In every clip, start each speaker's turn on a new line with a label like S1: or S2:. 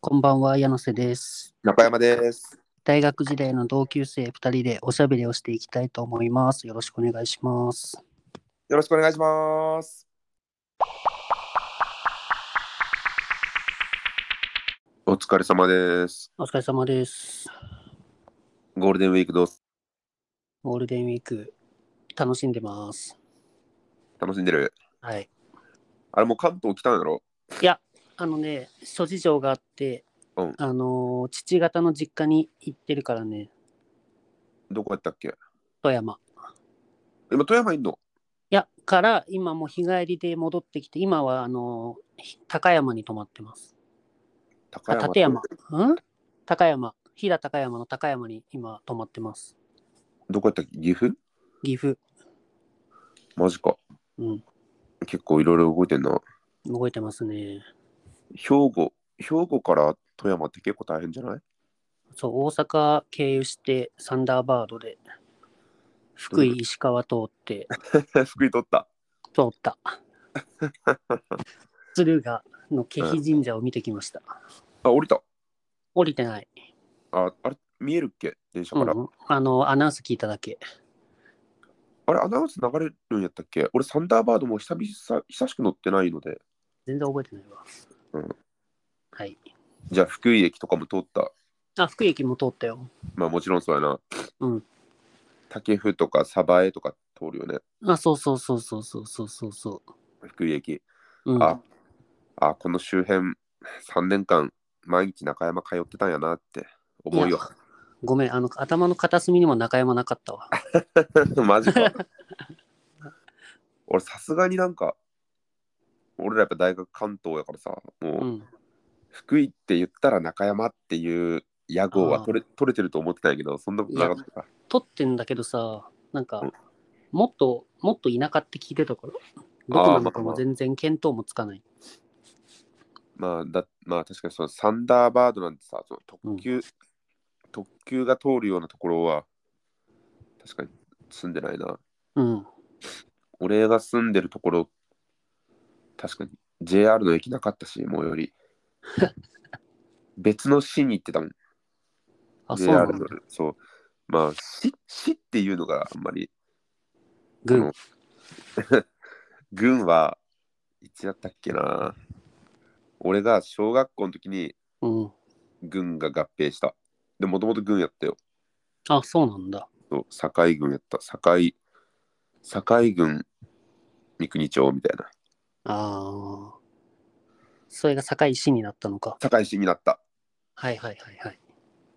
S1: こんばんは、柳瀬です。
S2: 中山です。
S1: 大学時代の同級生2人でおしゃべりをしていきたいと思います。よろしくお願いします。
S2: よろしくお願いします。お疲れ様です。
S1: お疲れ様です。
S2: ゴールデンウィークどうす
S1: ゴールデンウィーク、楽しんでます。
S2: 楽しんでる
S1: はい。
S2: あれもう関東来たんやろ
S1: いや、あのね、諸事情があって、
S2: うん
S1: あのー父方の実家に行ってるからね、
S2: どこやったっけ
S1: 富山。
S2: 今富山いんの
S1: いや、から今もう日帰りで戻ってきて、今はあのーひ高山に泊まってます。
S2: 高
S1: あ、
S2: 山。
S1: 立山。うん高山。飛騨高山の高山に今泊まってます。
S2: どこやったっけ岐阜
S1: 岐阜。
S2: マジか。
S1: うん。
S2: 結構いろいろ動いてんな。
S1: 動いてますね。
S2: 兵庫、兵庫から富山って結構大変じゃない
S1: そう、大阪経由して、サンダーバードで、福井、
S2: うん
S1: 石川通って、
S2: 福井取った。
S1: 通 った。鶴ヶの気比神社を見てきました。
S2: あ、降りた。
S1: 降りてない。
S2: あ、あれ、見えるっけ電車
S1: う
S2: から。
S1: ん。あの、アナウンス聞いただけ。
S2: あれ、アナウンス流れるんやったっけ俺、サンダーバードも久々、久しく乗ってないので。
S1: 全然覚えてないわ。
S2: うん
S1: はい。
S2: じゃあ、福井駅とかも通った。
S1: あ、福井駅も通ったよ。
S2: まあもちろんそうやな。
S1: うん。
S2: 竹生とか鯖江とか通るよね。
S1: あ、そうそうそうそうそうそうそうそ
S2: 福井駅。
S1: う。うん。
S2: ああ、この周辺3年間毎日中山通ってたんやなって思うよ。
S1: ごめん、あの、頭の片隅にも中山なかったわ。
S2: マジ か。俺さすがになんか、俺らやっぱ大学関東やからさ、
S1: う。
S2: もうん福井って言ったら中山っていう屋号は取れ取れてると思ってたんやけど、そんなことなかったから。
S1: 撮ってんだけどさなんか
S2: うん
S1: もっともっと田舎って聞いてたからどこなのかも全然見当もつかない
S2: まあ、だまあ確かにそのサンダーバードなんてさ、その特急、特急が通るようなところは、確かに住んでないな。
S1: うん
S2: 俺が住んでるところ、確かに JR の駅なかったし、もう より。別の市に行ってたもん。
S1: あそうな
S2: JR
S1: ん
S2: の
S1: だ。
S2: そう。まあ、市市っていうのがあんまり、あ
S1: 軍
S2: の軍はいつやったっけな。俺が小学校の時に
S1: うん
S2: 軍が合併した。で、もともと軍やったよ。
S1: あそうなんだ
S2: そう堺軍やった堺堺軍三国町みたいな
S1: あーそれが堺市になったのか
S2: 堺市になった
S1: はいはいはいはい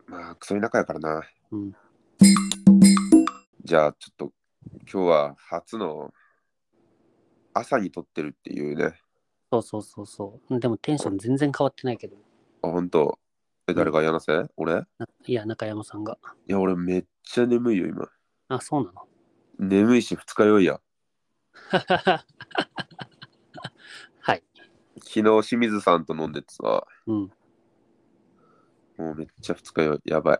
S2: まあクソ田舎やからな
S1: うん
S2: じゃあちょっと今日は初の朝に撮ってるっていうね
S1: そうそうそうそうでもテンション全然変わってないけど
S2: あ本当え誰がやらせ、俺
S1: ないや中山さんが
S2: いや俺めっちゃ眠いよ今
S1: あそうなの
S2: 眠いし二日酔いや
S1: はい
S2: 昨日清水さんと飲んでてさ
S1: うん
S2: もうめっちゃ二日酔いやばい、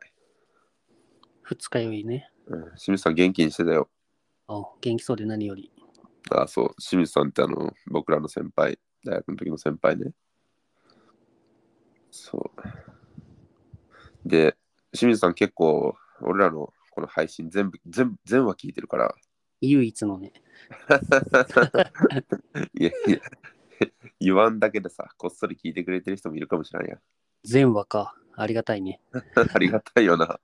S1: 二日酔いね
S2: うん、清水さん元気にしてたよ
S1: あ元気そうで何より
S2: あそう清水さんってあの僕らの先輩大学の時の先輩ねそうで清水さん結構俺らのこの配信全部全部全話聞いてるから
S1: 唯一のね
S2: いやいや言わんだけでさこっそり聞いてくれてる人もいるかもしれんや
S1: 全話かありがたいね
S2: ありがたいよな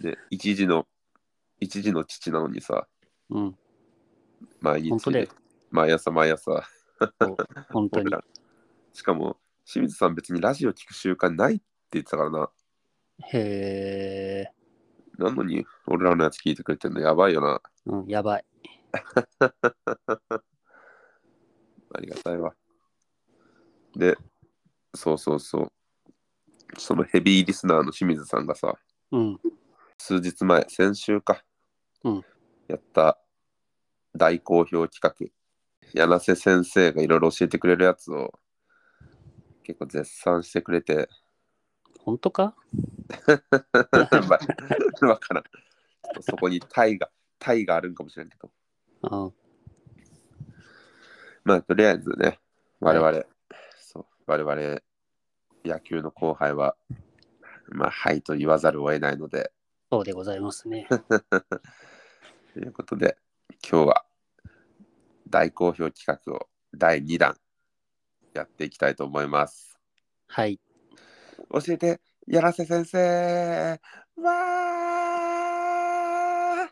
S2: で一時の一時の父なのにさ
S1: うん
S2: 毎日、
S1: 本当だよ
S2: 毎朝毎朝
S1: 本当
S2: 俺
S1: に。
S2: らしかも清水さん別にラジオ聞く習慣ないって言ってたからな
S1: へえ、
S2: なのに俺らのやつ聞いてくれてるのやばいよな
S1: うん、やばい。
S2: ありがたいわでそうそうそうそのヘビーリスナーの清水さんがさ
S1: うん、
S2: 数日前先週か、
S1: うん
S2: やった大好評企画柳瀬先生がいろいろ教えてくれるやつを結構絶賛してくれて
S1: 本当か
S2: まあわからん。ちょっとそこにタイが、タイがあるんかもしれんけど。
S1: あ
S2: まあ、とりあえずね、我々、
S1: は
S2: そう、我々、野球の後輩は、まあ、はいと言わざるを得ないので、
S1: そうでございます ね。
S2: ということで、今日は大好評企画を第2弾やっていきたいと思います。
S1: はい。
S2: 教えて、やらせ先生わー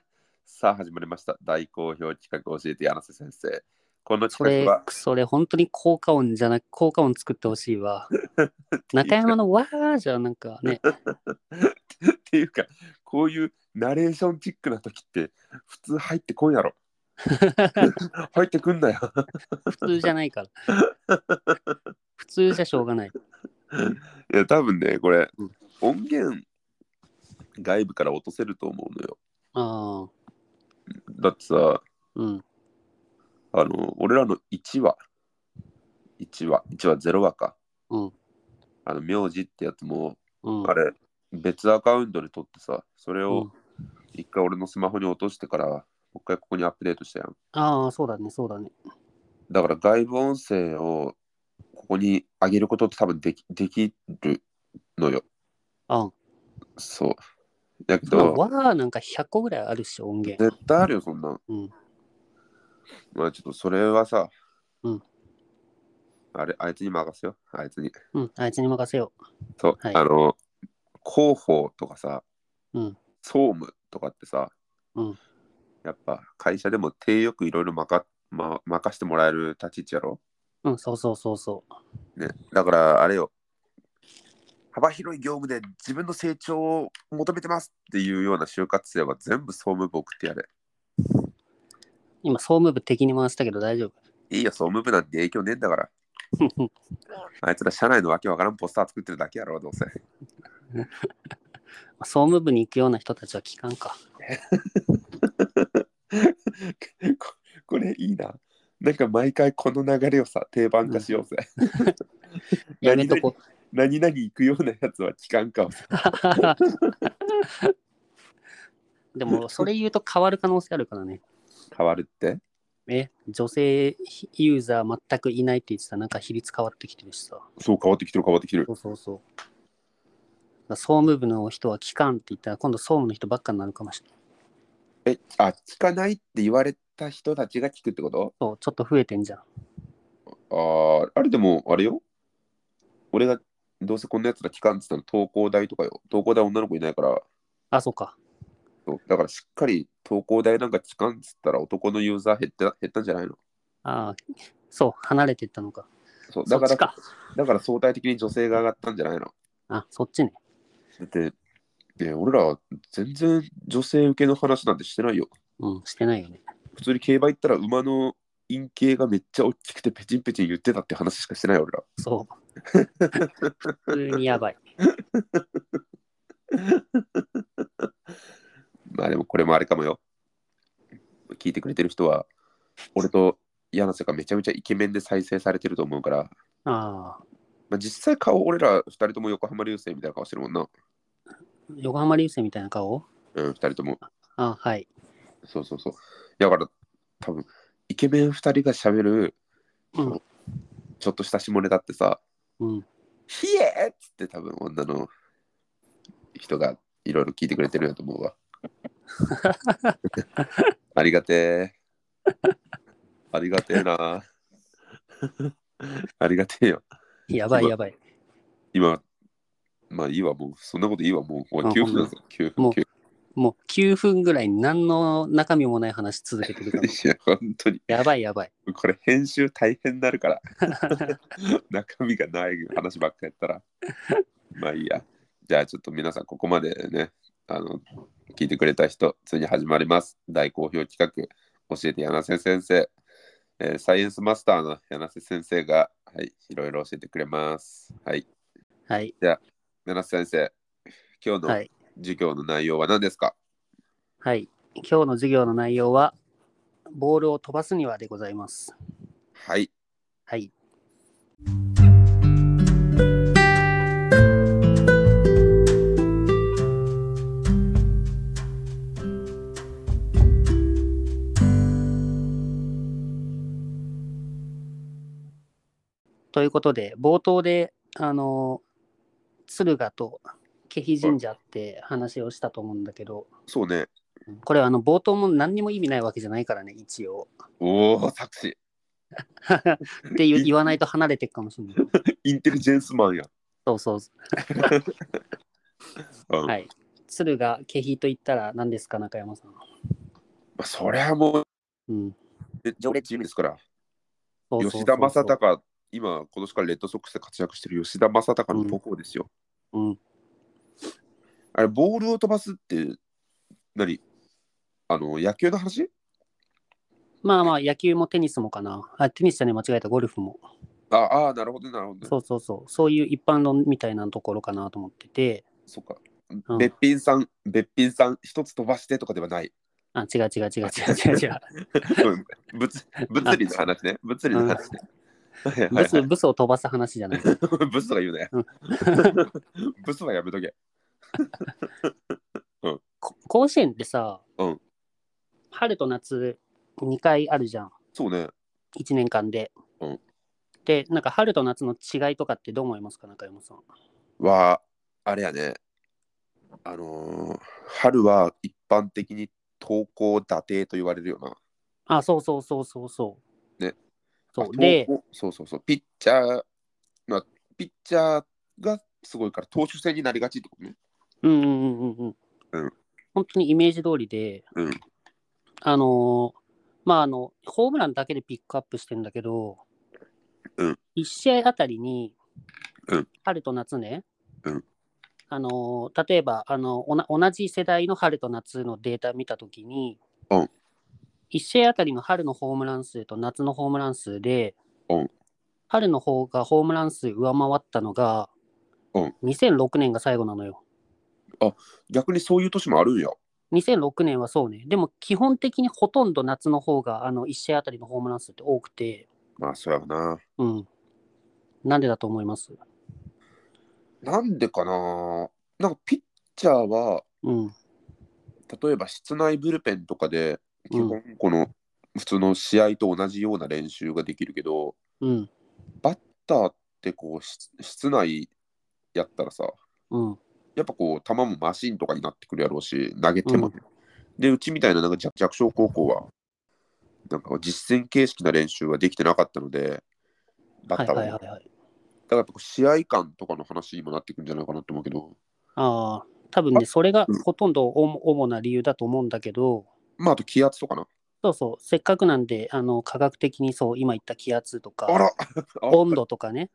S2: さあ、始まりました。大好評企画教えて、やらせ先生。この
S1: そ
S2: 企
S1: れ
S2: 画は、、
S1: それ本当に効果音じゃなく、効果音作ってほしい わ。中山のわーじゃなんかね、
S2: っていうか、こういうナレーションチックな時って、普通入ってこん やろ。入ってくんなよ。
S1: 普通じゃない から。普通じゃしょうがない。
S2: いや、多分ね、これ
S1: うん、
S2: 音源、外部から落とせると思うのよ。
S1: ああ、
S2: だってさ、
S1: うん、
S2: あの、俺らの1話、1話、1話0話か。
S1: うん、
S2: あの、名字ってやつも、
S1: うん。
S2: あれ、別アカウントで撮ってさ、それ
S1: う
S2: を
S1: ん
S2: 一回俺のスマホに落としてから、もう一回ここにアップデートしたやん。
S1: ああ、そうだね、そうだね。
S2: だから外部音声をここに上げることって多分できできるのよ。
S1: あん。
S2: そう。だけ
S1: まあ
S2: ど、
S1: わーなんか100個ぐらいあるっしょ、音源。
S2: 絶対あるよ、そんなん。
S1: うん。
S2: まあちょっとそれはさ、
S1: うん
S2: あれ、あいつに任せよ。あいつに。
S1: うん、あいつに任せよ
S2: そう、
S1: はい
S2: あの、広報とかさ、
S1: う。うん、
S2: 総務とかってさ、
S1: うん
S2: やっぱ会社でも手よくいろいろまか、ま、任してもらえる立ち位置やろ。
S1: うん、そうそうそうそう。
S2: ね、だからあれよ幅広い業務で自分の成長を求めてますっていうような就活生は全部総務部送ってやれ
S1: 今、総務部敵に回したけど大丈夫。
S2: いいよ総務部なんて影響ねえん だからあいつら社内のわけわからんポスター作ってるだけやろどうせ
S1: 総務部に行くような人たちは聞かんか。
S2: ここれいいななんか毎回この流れをさ定番化しようぜ
S1: やめとこう。
S2: 何々行くようなやつは期間かをさ
S1: でも、それ言うと変わる可能性あるからね。
S2: 変わるって
S1: え、女性ユーザー全くいないって言ってたら、なんか比率変わってきてるしさ。
S2: そう変わってきてる変わってきてる
S1: そうそうそう。だから総務部の人は聞かんって言ったら、今度総務の人ばっかになるかもしれない。
S2: えあ聞かないって言われた人たちが聞くってこと
S1: そう、ちょっと増えてんじゃん。
S2: ああ、あれでも、あれよ。俺がどうせこんなやつら聞かんって言ったの、東工大とかよ。東工大女の子いないから、
S1: あ、そうか。
S2: そうだからしっかり東工大なんか聞かんって言ったら男のユーザー減った減ったんじゃないの
S1: ああ、そう、離れてったのか。
S2: そう
S1: そ
S2: だ
S1: っ
S2: か
S1: ち
S2: ら
S1: か。
S2: だから相対的に女性が上がったんじゃないの
S1: あ、そっちね。
S2: だって、ね、俺ら全然女性受けの話なんてしてないよ。
S1: うん、してないよね。
S2: 普通に競馬行ったら馬の陰茎がめっちゃ大きくてペチンペチン言ってたって話しかしてない俺ら。
S1: そう。 普通にやばい。
S2: まあでもこれもあれかもよ。聞いてくれてる人は、俺と柳瀬がめちゃめちゃイケメンで再生されてると思うから、
S1: ああ、
S2: まあ、実際顔俺ら2人とも横浜流星みたいな顔してるもんな。
S1: 横浜流星みたいな顔
S2: うん、2人とも。
S1: ああ、はい。
S2: そうそうそう。だから多分、イケメン2人がしゃべる
S1: うん、
S2: ちょっとした下ネタってさ、
S1: うん。
S2: ヒエーっつって多分女の人がいろいろ聞いてくれてるんやと思うわ。ありがてえ。ありがてえな。ありがてえよ。
S1: やばいやばい。
S2: 今、まあいいわ、もうそんなこといいわ、もうこれ
S1: あ
S2: 9分だぞ、9分、
S1: もう
S2: 9分。
S1: もう9分ぐらい何の中身もない話続けて るから。
S2: いや、本当に、
S1: やばいやばい。
S2: これ編集大変になるから。中身がない話ばっかやったら。まあいいや。じゃあちょっと皆さん、ここまでね、あの、聞いてくれた人、ついに始まります。大好評企画、教えて柳瀬先生。えーサイエンスマスターの柳瀬先生が、はい、いろいろ教えてくれます。はい。
S1: はい。
S2: 柳瀬先生、今日
S1: は
S2: の
S1: い。
S2: 授業の内容は何ですか、
S1: はい。今日の授業の内容は、ボールを飛ばすにはでございます。
S2: はい。
S1: はい。ということで、冒頭で、あの敦賀と気比神社って話をしたと思うんだけど、
S2: そうね。
S1: これはあの冒頭も何にも意味ないわけじゃないからね、一応。
S2: おお、作詞。
S1: って言う言わないと離れていくかもしれない。
S2: インテリジェンスマンや。
S1: そうそうそ
S2: うん
S1: う。はい。敦賀気比と言ったら何ですか、中山さん。
S2: まあ、そりゃもう、
S1: うん。
S2: 常連チームですから。
S1: そうそうそう
S2: 吉田正。尚、今、今年からレッドソックスで活躍してる吉田正尚の母校ですよ。
S1: うん。
S2: あれ、ボールを飛ばすって、何あの、野球の話
S1: まあまあ、野球もテニスもかな。あ、テニスじゃねえ、間違えた、ゴルフも。
S2: ああー、なるほど、なるほど。
S1: そうそうそう。そういう一般論みたいなところかなと思ってて。
S2: そっか
S1: う。ん
S2: べっぴんさん、べっぴんさん、一つ飛ばしてとかではない。
S1: あ、違う違う違う違う違う違う。
S2: うん物物理の話ね。物理の話ね。はいはい
S1: ブ
S2: は
S1: ス、
S2: い
S1: ブスを飛ばす話じゃない。
S2: ブスとか言うね
S1: う。
S2: ブスはやめとけ。
S1: こ甲子園ってさ、
S2: うん
S1: 春と夏2回あるじゃん
S2: そうね。
S1: 1年間で、
S2: うん
S1: でなんか春と夏の違いとかってどう思いますか中山さん
S2: は、あれやね。あのー春は一般的に登校打定と言われるよな。
S1: あそうそうそうそうそう
S2: ね
S1: そ
S2: あ
S1: うで
S2: 投稿そうそうそう。ピッチャー、まあ、ピッチャーがすごいから投手戦になりがちってことね。
S1: うんうんうんうん
S2: う
S1: うんん本当にイメージ通りで、
S2: うん
S1: あのーまああのホームランだけでピックアップしてんだけど、
S2: うん
S1: 1試合あたりに、
S2: うん
S1: 春と夏ね、
S2: うん
S1: あのー例えばあのおな同じ世代の春と夏のデータ見たときに、
S2: うん
S1: 1試合あたりの春のホームラン数と夏のホームラン数で、
S2: うん
S1: 春の方がホームラン数上回ったのが、
S2: うん
S1: 2006年が最後なのよ。
S2: 逆にそういう年もあるんや。
S1: 2006年はそうね。でも基本的にほとんど夏の方があの1試合あたりのホームラン数って多くて、
S2: まあ、そうやな。
S1: うん。なんでだと思います
S2: なんでかななんかピッチャーは、
S1: うん。
S2: 例えば室内ブルペンとかで、基
S1: うん
S2: 本この普通の試合と同じような練習ができるけど、
S1: うん。
S2: バッターってこう、し室内やったらさ、
S1: うん。
S2: やっぱこう、球もマシンとかになってくるやろうし、投げても、
S1: うん
S2: で、うちみたいななんか弱弱小高校は、なんか実戦形式な練習はできてなかったので、バ
S1: は
S2: ッ
S1: い
S2: ターは。
S1: はいはいはい。
S2: だからやっぱこう試合感とかの話にもなってくるんじゃないかなと思うけど、
S1: ああ、多分ね、それが
S2: うん
S1: ほとんど主主な理由だと思うんだけど、
S2: まあ、あと気圧とかな。
S1: そうそう、せっかくなんで、あの科学的にそう、今言った気圧と
S2: あ
S1: か、
S2: ら
S1: 温度とかね、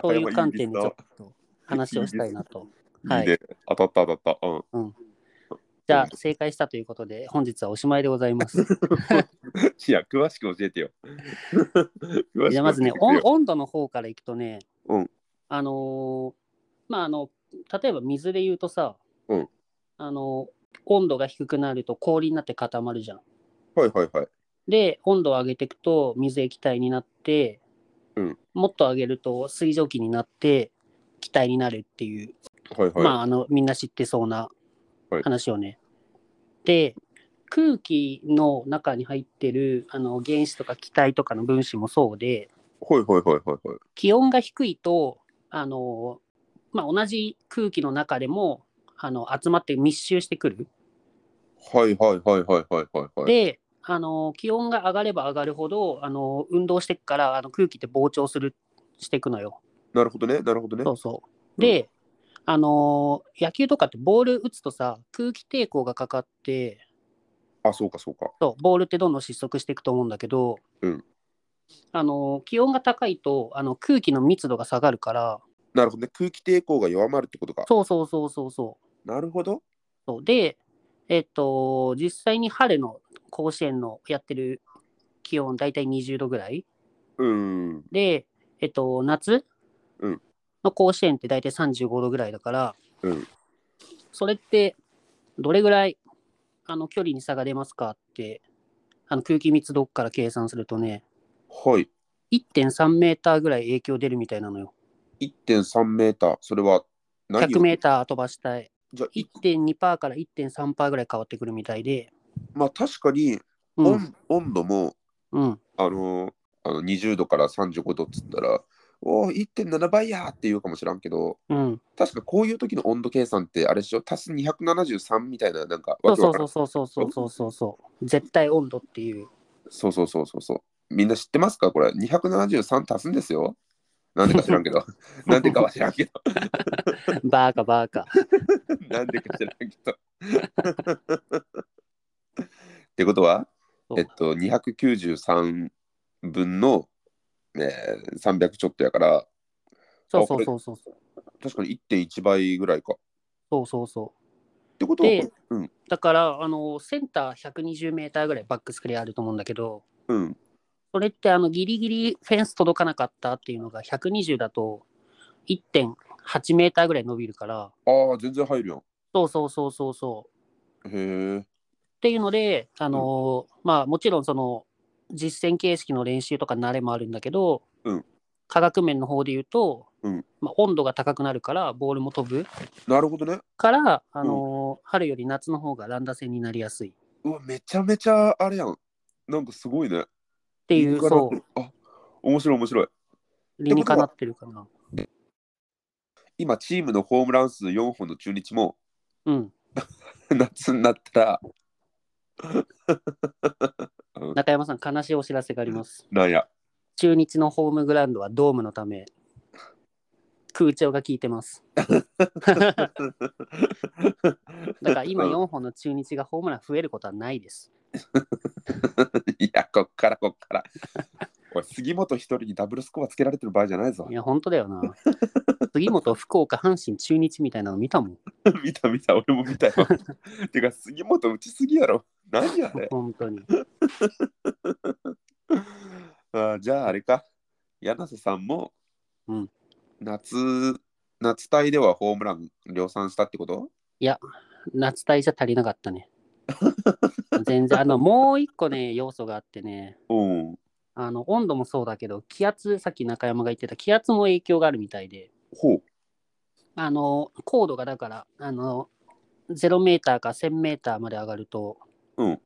S1: そうい
S2: やば
S1: う
S2: い
S1: 観点で
S2: い
S1: ち
S2: い
S1: ょ
S2: で
S1: っと話をしたいなと。はい
S2: いね。当たった当たった。うん。
S1: じゃあ、正解したということで、本日はおしまいでございます。
S2: いや、詳しく教 えてよ。 詳しく教えてよ
S1: じゃあまずね、温温度の方からいくとね、
S2: うん
S1: あのーまああの、例えば水で言うとさ、
S2: うん
S1: あの温度が低くなると氷になって固まるじゃん。
S2: はいはいはい。
S1: で、温度を上げていくと水液体になって、
S2: うん
S1: もっと上げると水蒸気になって気体になるっていう
S2: はいはい。
S1: まああのみんな知ってそうな
S2: はい
S1: 話をね。で空気の中に入ってるあの原子とか気体とかの分子もそうで
S2: はいはいはいはいはい。
S1: 気温が低いとあの、まあ、同じ空気の中でもあの集まって密集してくる。
S2: はいはいはいはいはいはいはい。
S1: であの気温が上がれば上がるほどあの運動してくからあの空気って膨張するしていくのよ。
S2: なるほどね、なるほどね。
S1: そうそう。で、あのー野球とかってボール打つとさ、空気抵抗がかかって、
S2: あ、そうかそうか。
S1: そうボールってどんどん失速していくと思うんだけど、
S2: うん
S1: あのー気温が高いとあの空気の密度が下がるから、
S2: なるほどね。空気抵抗が弱まるってことか。
S1: そうそうそうそうそう。
S2: なるほど。
S1: そうで、えっと、実際に春の甲子園のやってる気温、大体20度ぐらい。
S2: うーん。
S1: で、えっと、夏
S2: うん
S1: の甲子園って大体35度ぐらいだから、
S2: うん
S1: それってどれぐらいあの距離に差が出ますかってあの空気密度から計算するとね
S2: はい。
S1: 1.3メーターぐらい影響出るみたいなのよ
S2: 1.3メーター。それは何
S1: 100
S2: よ
S1: メーター飛ばしたい
S2: じゃあ、い
S1: 1.2%パーから1.3%パーぐらい変わってくるみたいで
S2: まあ確かに、
S1: うん
S2: 温温度も、
S1: うん
S2: あのーあの20度から35度っつったら、おお、1.7倍やーって言うかもしらんけど、
S1: うん。
S2: 確かこういう時の温度計算って、あれでしょ、足す273みたいな、なんか、
S1: そ
S2: わ
S1: う
S2: け
S1: そ
S2: わ
S1: う
S2: から
S1: そ
S2: ん
S1: うそうそうそうそうそうそう。絶対温度って いう。
S2: そうそうそうそうそう。みんな知ってますかこれ、273足すんですよ。なんでか知らん けど。なんでかは知らんけど。
S1: バーカバーカ。
S2: なんでか知らんけど。ってことは
S1: そ、う
S2: えっと、293分の、えー、300ちょっとやから、
S1: そうそうそうそう。
S2: 確かに1.1倍ぐらいか。
S1: そうそうそ
S2: ってことは、
S1: で
S2: うん、
S1: う。だから、あの、センター120メーターぐらいバックスクリアあると思うんだけど、
S2: うん、
S1: それってあの、ギリギリフェンス届かなかったっていうのが120だと1.8メーターぐらい伸びるから、
S2: ああ、全然入るやん。
S1: そうそうそうそうそう。
S2: へえ。
S1: っていうので、あのーまあもちろんその実践形式の練習とか慣れもあるんだけど、
S2: うん
S1: 科学面の方で言うと、
S2: うん
S1: まあ、温度が高くなるからボールも飛ぶ
S2: なるほどね。
S1: から、あのー春より夏の方が乱打戦になりやすいっ
S2: うわ、めちゃめちゃあれやん。なんかすごいね。って
S1: いうそ
S2: あ面白い面白い。
S1: う理にかなってるかな。
S2: 今、チームのホームラン数4本の中日も、
S1: うん、
S2: 夏になったら、うん
S1: 中山さん悲しいお知らせがあります。
S2: なん や。
S1: 中日のホームグラウンドはドームのため空調が効いてます。だから今
S2: うん
S1: 4本の中日がホームラン増えることはないです。
S2: いや、こっからこっから。おい杉本一人にダブルスコアつけられてる場合じゃないぞ
S1: い。や、本当だよな。杉本、福岡、阪神、中日みたいなの見たもん。
S2: 見た見た、俺も見たよ。 てか、杉本打ちすぎやろ。何やね。
S1: 本当に。
S2: あじゃああれか、柳瀬さんも、
S1: うん
S2: 夏、夏帯ではホームラン量産したってこと
S1: 夏大じゃ足りなかったね。全然、あの、もう一個ね、要素があってね、
S2: うん。
S1: あの、温度もそうだけど、気圧、さっき中山が言ってた気圧も影響があるみたいで、
S2: ほう。
S1: あの、高度がだから、あの、0メーターか1000メーターまで上がると、
S2: うん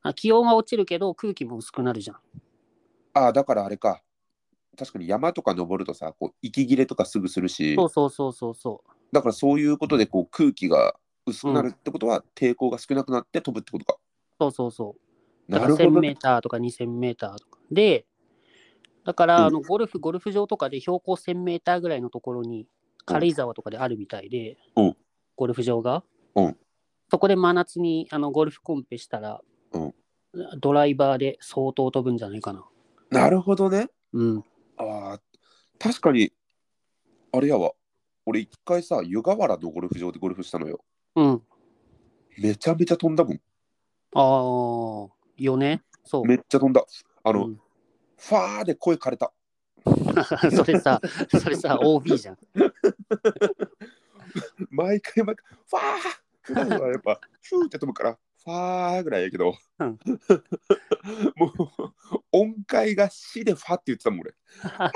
S1: あ気温は落ちるけど、空気も薄くなるじゃん。
S2: ああ、だからあれか。確かに山とか登るとさ、こう息切れとかすぐするし、
S1: そうそうそうそうそう。
S2: だからそういうことでこう空気が薄くなるってことは、抵抗が少なくなって飛ぶってことか。
S1: そうそうそう。だ
S2: な
S1: から
S2: るほ
S1: 1000
S2: ど
S1: メ
S2: ね。
S1: ーターとか2000メーターとか。で、だから、
S2: うん
S1: あのゴルフ、ゴルフ場とかで標高1000メーターぐらいのところに、軽井沢とかであるみたいで、
S2: うん
S1: ゴルフ場が。
S2: うん
S1: そこで真夏にあのゴルフコンペしたら、
S2: うん
S1: ドライバーで相当飛ぶんじゃないかな。
S2: なるほどね。
S1: うん。
S2: ああ、確かに、あれやわ。俺一回さ、湯河原のゴルフ場でゴルフしたのよ。
S1: うん。
S2: めちゃめちゃ飛んだもん。
S1: ああ、よね。そう。
S2: めっちゃ飛んだ。あの、
S1: うん
S2: ファーで声枯れた。
S1: それさ、それさ、OB じゃん。
S2: 毎回毎回、ファー普段はやっぱ、ヒューって飛ぶから、ファーぐらいやけど、
S1: うん
S2: もう、音階が死でファって言ってたもん、 俺。ファ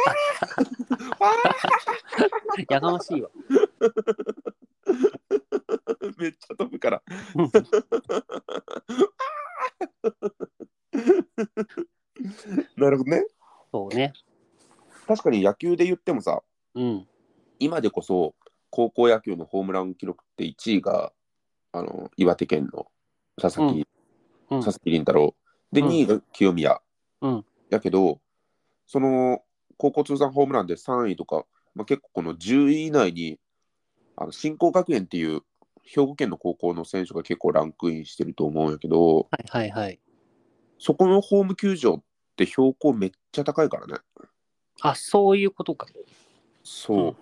S2: ー
S1: やがましいわ。
S2: ファーめっちゃ飛ぶから。なるほどね。
S1: そうね。
S2: 確かに野球で言ってもさ、
S1: うん。
S2: 今でこそ、高校野球のホームラン記録って1位が、あの、岩手県の佐々木
S1: うん
S2: 佐々木麟太郎で、
S1: うん
S2: 2位が清宮、
S1: うん
S2: やけどその高校通算ホームランで3位とか、まあ、結構この10位以内にあの新興学園っていう兵庫県の高校の選手が結構ランクインしてると思うんやけど
S1: はいはいはい。
S2: そこのホーム球場って標高めっちゃ高いからね
S1: あ、そういうことか。
S2: そう、
S1: うん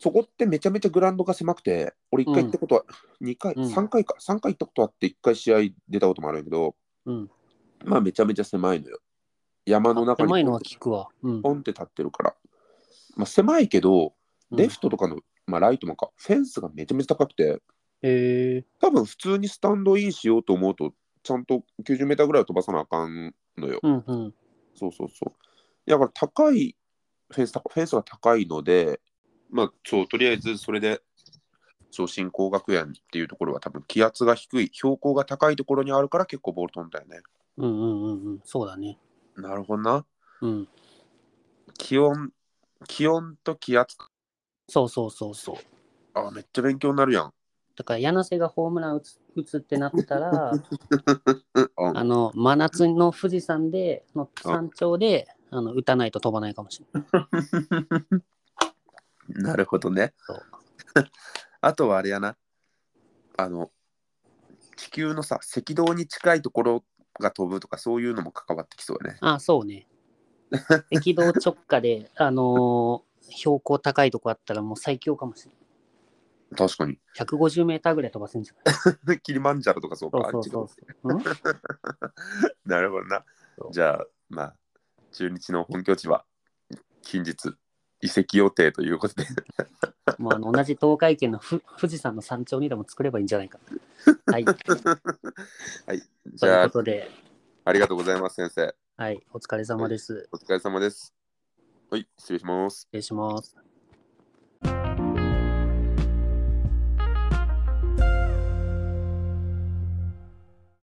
S2: そこってめちゃめちゃグラウンドが狭くて俺1回行ったことは2回、
S1: うん
S2: 3回か3回行ったことあって1回試合出たこともあるんやけど
S1: うん。
S2: まあめちゃめちゃ狭いのよ山の中に
S1: 狭いのは聞くわ。うん。
S2: ポンって立ってるから、まあ、狭いけど、
S1: うん
S2: レフトとかの、まあ、ライトもか、フェンスがめちゃめちゃ高くて、
S1: へえ
S2: 多分普通にスタンドインしようと思うと、ちゃんと90メーターぐらいは飛ばさなあかんのよ。
S1: うんうん。
S2: そうそうそう。だから高いフェンス、フェンスが高いので、まあ、そう、とりあえずそれで、そう、新興学園っていうところは多分気圧が低い、標高が高いところにあるから結構ボール飛んだよね。
S1: うんうんうんうん。そうだね。
S2: なるほどな。
S1: うん。
S2: 気温気温と気圧か。
S1: そうそうそうそう。
S2: あ、めっちゃ勉強になるやん。
S1: だから柳瀬がホームラン打つ打つってなった ら
S2: うんうん
S1: あの真夏の富士山での山頂であの打たないと飛ばないかもしれない。
S2: なるほどね
S1: そう
S2: あとはあれやなあの地球のさ赤道に近いところが飛ぶとかそういうのも関わってきそうやね
S1: あそう ね。赤道直下で、あのー標高高いとこあったらもう最強かもしれ
S2: 確かに
S1: ない。150メーターぐらい飛ばせんじゃない
S2: キリマンジャロとかそうか
S1: そうそう
S2: あっち
S1: そう。うん
S2: のなるほどな
S1: そう
S2: じゃあまあ中日の本拠地は近日移籍予定ということで
S1: もうあの同じ東海圏のふ富士山の山頂にでも作ればいいんじゃないか。はい。
S2: じ
S1: という
S2: ゃあ
S1: ことで、
S2: ありがとうございます先生
S1: はい、お疲れ様です。
S2: お疲れ様ですはい失礼します
S1: 失礼します。